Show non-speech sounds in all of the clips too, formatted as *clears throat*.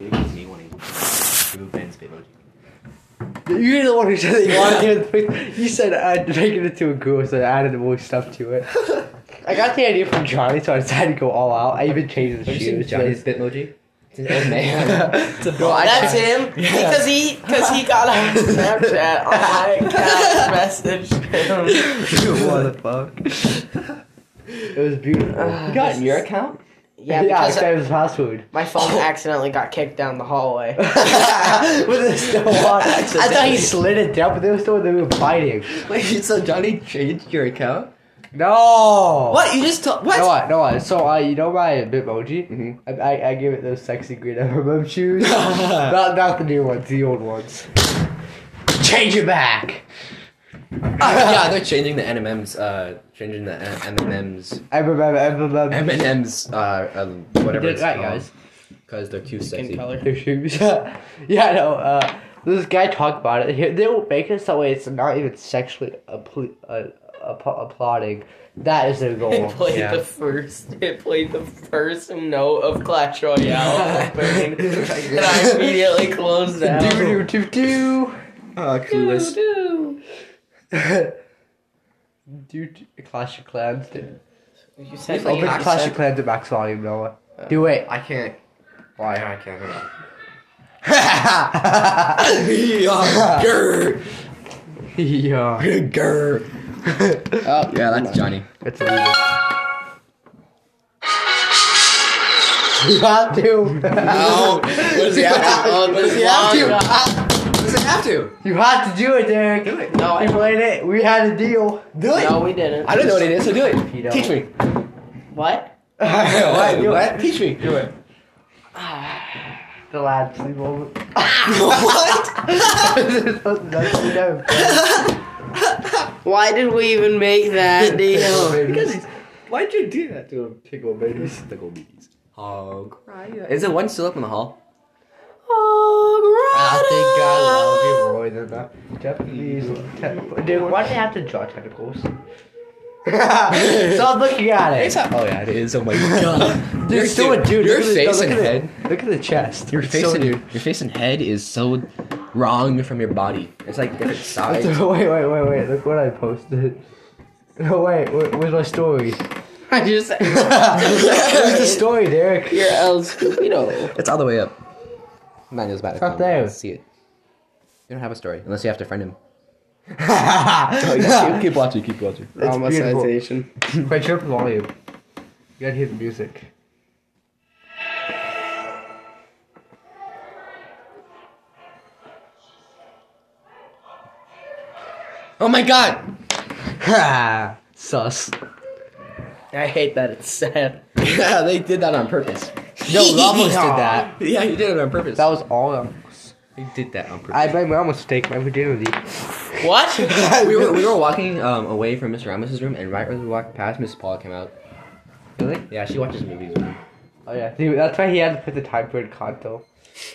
It was me wanting to prove Ben's emoji. You're the one who said that you wanted to. add- You said I'd make it into a ghoul, so I added more stuff to it. I got the idea from Johnny, so I decided to go all out. I even changed the Have you seen shoes. *laughs* Johnny's Bitmoji? It's an old man. No, I That's changed- him Yeah. because he because he got on Snapchat. *laughs* Oh my god, message him. what the fuck? It was beautiful. Uh, you got in your account? Yeah, Oh. yeah, because because I was fast food. my phone accidentally got kicked down the hallway. *laughs* with a snow on. I thought Accidentally. he slid it down, but they were still they were biting. Wait, so Johnny changed your account? No. What you just told? What? No, I, no, I. So I, you know my Bitmoji. Mhm. I, I, I give it those sexy green M&M shoes. *laughs* not, not the new ones, the old ones. Change it back. *laughs* yeah, they're changing the NMM's, uh, changing the MMM's, M&M, M&M, MMM's, uh, um, whatever did it's right, called. guys. Because they're too sexy. *laughs* their shoes. *laughs* yeah, no. Uh, this guy talked about it. He- They will make it so it's not even sexually appl- uh, app- applauding. That is their *laughs* *laughs* It goal. played Oh, Yeah. the first. It played the first note of Clash *laughs* Royale, opening, and I immediately closed out. Do do do do. Uh, Doo, clueless. doo. Dude, Clash of Clans. Dude. You said Open like Oh, Clash of Clans at max volume, Noah. Do it. I can't. Why? I can't. *laughs* yeah. Oh, *laughs* yeah, that's Johnny. It's illegal. You have *laughs* to. Oh, what does he have to? Oh, what does he have to? What does he have to? you have to do it, Derek. Do it. No, I- We played it. We had a *laughs* deal. Do it. No, we didn't. I don't know what it is, so do it. You don't. Teach *laughs* me. What? what? Do What? Teach me. Do it. *sighs* The lad sleep *laughs* *laughs* over. *laughs* what? Why did we even make *laughs* *laughs* that deal? Why'd you do that to him? Tickle babies. Tickle babies. Hog. Is it one still up in the hall? I think I love you more than that. Japanese *laughs* tentacles. Dude, why do they have to draw tentacles? Stop looking at it. oh yeah, it is. Oh *laughs* my god. Dude, You're it's still a dude. Your Look at the- face look and at the- head. Look at the chest. Your It's face so and dude. your face and head is so wrong from your body. It's like *laughs* different sides. Wait, *laughs* wait, wait, wait. Look what I posted. *laughs* No, wait. wait where's my story? I just Where's the story, Derek? you're El Scoopido. It's all the way up. Mine is bad. It's not there. See it. You don't have a story unless you have to friend *laughs* him. it's keep watching. Keep watching. beautiful. Quite your volume. You gotta hear the music. Oh my god. *laughs* Ha! Sus. I hate that it's sad. Yeah, they did that on *laughs* purpose. No, Ramos did that. Yeah, you did it on purpose. That was all. Ramos. They did that on purpose. I made my own mistake, my virginity. *laughs* What? *laughs* we were we were walking um, away from Mr. Ramos's room, and right as we walked past, Miss Paul came out. Really? Yeah, she watches movies. With him. Oh yeah. Dude, that's why he had to put the time period conto.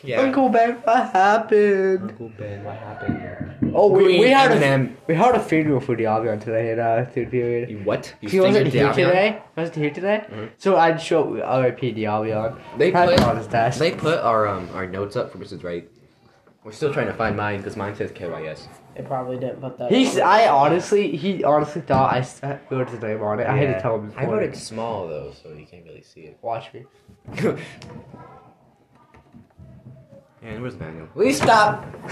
Yeah. Uncle Ben, what happened? Uncle Ben, what happened? Oh, we, Green we had M&M. a we had a funeral for Diabion today in uh, third period. You what? You He wasn't fingered here Davion? today. Wasn't here today. So I'd show up R.I.P. Diabion. They Had put- it on his desk. They put our um, our notes up for Mrs. Wright. We're still trying to find mine because mine says KYS. They probably didn't put that. *laughs* He's. on. I honestly, he honestly thought I s- wrote his name on it. I had to tell him. I before. wrote it small though, so you can't really see Watch me. it. *laughs* and where's Manuel? Please stop. *laughs*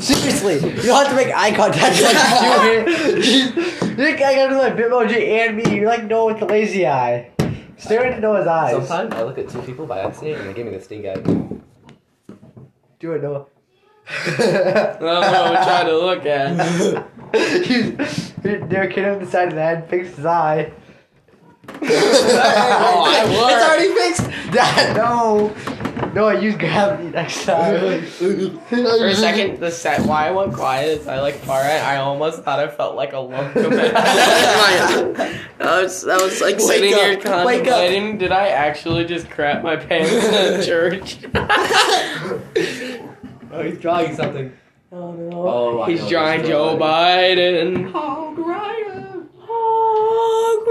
Seriously, you don't have to make eye contact like you do *laughs* here. This guy got to like Bitmoji and me. You're like no with the lazy eye. Stare into Noah's eyes. Sometimes I look at two people by accident and they give me the stink *laughs* eye. Do it, Noah. No, I'm trying to look at. He's, *laughs* they're kidding on the side of the head, fixed his eye. Oh, I *laughs* it's already fixed. work. *laughs* That, no, no, I use gravity next time. *laughs* For a second, *laughs* the set why I went quiet is I like far right. I almost thought I felt like a *laughs* lump of it. I was, I was *laughs* like sitting up, here wake up. contemplating, did I actually just crap my pants *laughs* in the church? *laughs* Oh, he's drawing *laughs* something. oh *laughs* Oh, no. I He's know drawing this Joe Biden. Hog Rider. Hog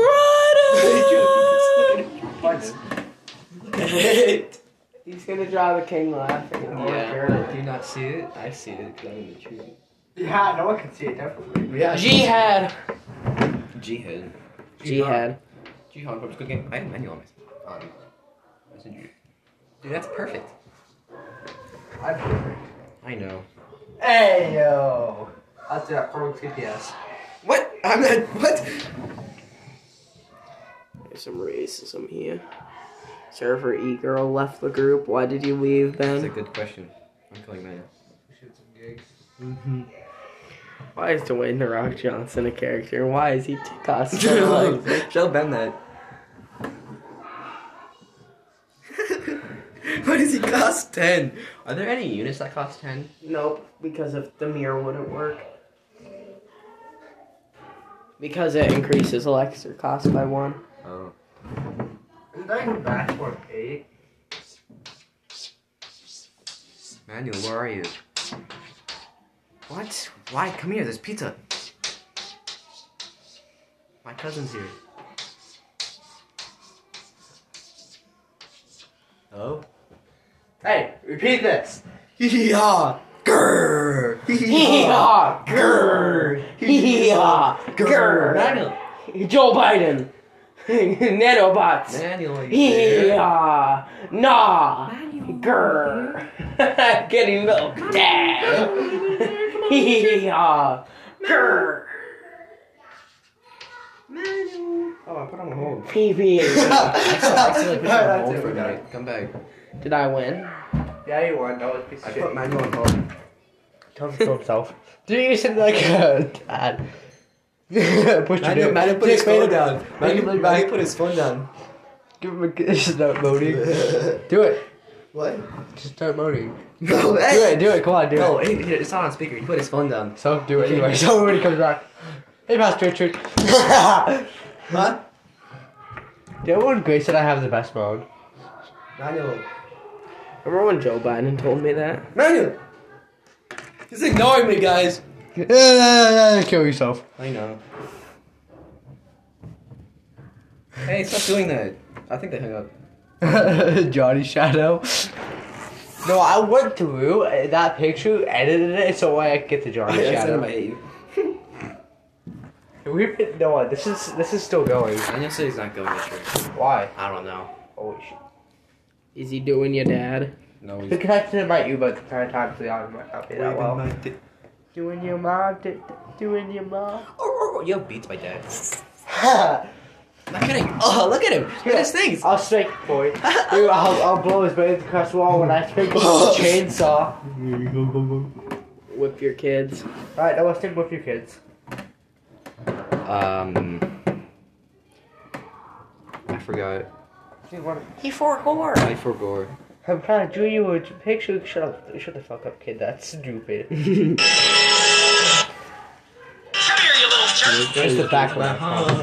Rider. Hey, *laughs* He's gonna draw the king laughing. Yeah. Do you not see it? I see it because I'm in the tree. Yeah, no one can see it definitely. Yeah. Jihad. Jihad. Jihad. Jihad. I'm just cooking. I have a menu on my. On Messenger. Dude, that's perfect. I'm perfect. I know. Hey yo. That's that perfect GPS. What? I'm not. What? There's some racism here. Server e girl left the group. Why did you leave, That's a Ben? good question. I'm calling Maya. Shoot some gigs. Why is Dwayne the Rock Johnson a character? Why is he TikTok? *laughs* *laughs* Shell bend that. Why does he cost ten? Are there any units that cost ten? Nope, because if the mirror wouldn't work. Because it increases elixir cost by one. Oh. Is that even bachelor eight? Manuel, where are you? What? Why? Come here, there's pizza. My cousin's here. Hello? Hey, repeat this. Hee-hee-haw! Grrr! Hee-hee-haw! Hee-haw! Grrr! Hee-haw! Grrr! Manuel! Joe Biden! *laughs* Nanobots! Manuel, are you there? Hee-haw! Nah! Grrr! *laughs* Getting milk! *laughs* Dad! *laughs* Hee-haw! Grrr! Oh, *laughs* I put on hold. PB. Accidentally pushed him on That's hold it, for a we got it. minute. Come back. Did I win? Yeah, you won. That was a piece I of shit. put Manuel on hold. Tell him to kill himself. Dude, you said like a dad. *laughs* Push Manuel, him. Manuel put his Just made phone him- down. Make him Manuel, back. Manuel put his phone down. Give him a *laughs* just start moaning. do it. *laughs* What? Just start *laughs* moaning. No, Do it. Do it. Come on. Do No, it. hey, here, it's not on speaker. He put his phone down. So do it *laughs* anyway. So when he comes back, hey, Pastor *laughs* Richard. Huh? The one Grace said I have the best moan. Manuel. Remember when Joe Biden told me that? Manuel! He's ignoring me, guys. Kill yourself. *laughs* I know. Hey, stop doing that. I think they hung up. Johnny Shadow. No, I went through uh, that picture, edited it, so I could get the Johnny Shadow. We've been, no, uh, this is this is still going. Daniel said he's not going to church. Why? I don't know. Oh shit. Is he doing your dad? No, The connection in my earbud the entire time, so the audio might not be that well. Doing your mom, d- d- doing your *laughs* mom. Oh, yo, beats my dad. I'll Not kidding. Oh, look at him. Look at his things. strike boy. Dude, I'll, I'll blow his brains across the wall when I swing with the chainsaw. Whip your kids. Alright, now let's stick with your kids. Um, I forgot. He for whore. I forgot. I'm trying to do you a picture. Shut up. Shut the fuck up, kid. That's stupid. Come here, you little jerk. There's the background.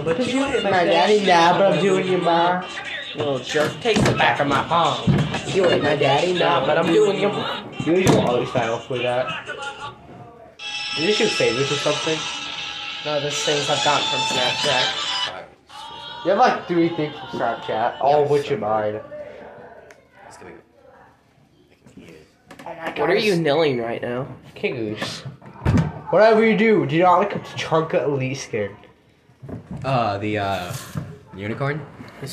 But you My daddy nah, but I'm doing your mom. Little jerk, take the back of my palm. You ain't my daddy, nah, but I'm doing your mom. Dude, you always sign off with that. Is this your favorite or something? No, this things I've gotten from Snapchat. You have like three things from Snapchat, all of which are mine. What are you nailing right now? Kingoos. Whatever you do, do not look up to Chunka Elite skin. Uh, the uh, unicorn.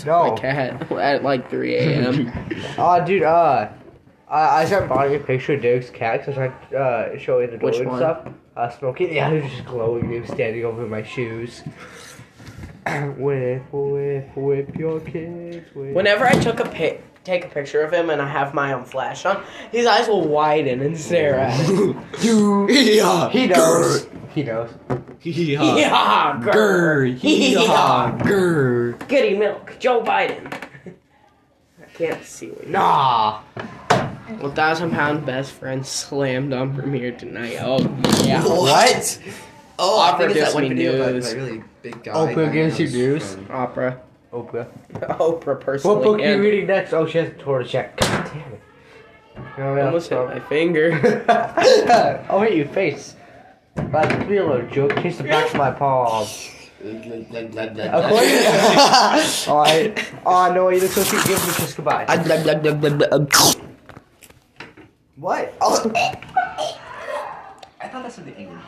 No. My cat at like 3 *laughs* a.m. Uh, dude, uh, I, I sent Bonnie a picture of Derek's cat because I tried uh, showing the door Which and one? stuff. Uh, smoking. Yeah, *laughs* he was just glowing. He was standing over my shoes. *clears throat* whip, whip, whip your kids. Whip. Whenever I took a pic, take a picture of him and I have my own flash on, his eyes will widen and stare at me. Dude, *laughs* Yeah. he knows. He knows. *laughs* Yeah. Yeah, grr. Yeah, Grr. Goody milk, Joe Biden. I can't see what. Nah. Well, thousand pound best friend slammed on premiere tonight. Oh yeah. What? Oh, I Opera think it's gives that one me video about news. that really big guy. Oprah that gives you comes news. from- Opera. Oprah. Oprah personally. What book are you and- reading next? Oh, she has a tortoise check. God damn it. You know what I I almost hit my finger. *laughs* *laughs* oh, hit your face. Like a little joke. Kiss the back of my palm. According Alright. Oh, I know you look so cute. Give me a kiss goodbye. I What? Oh. I thought that's what the anger.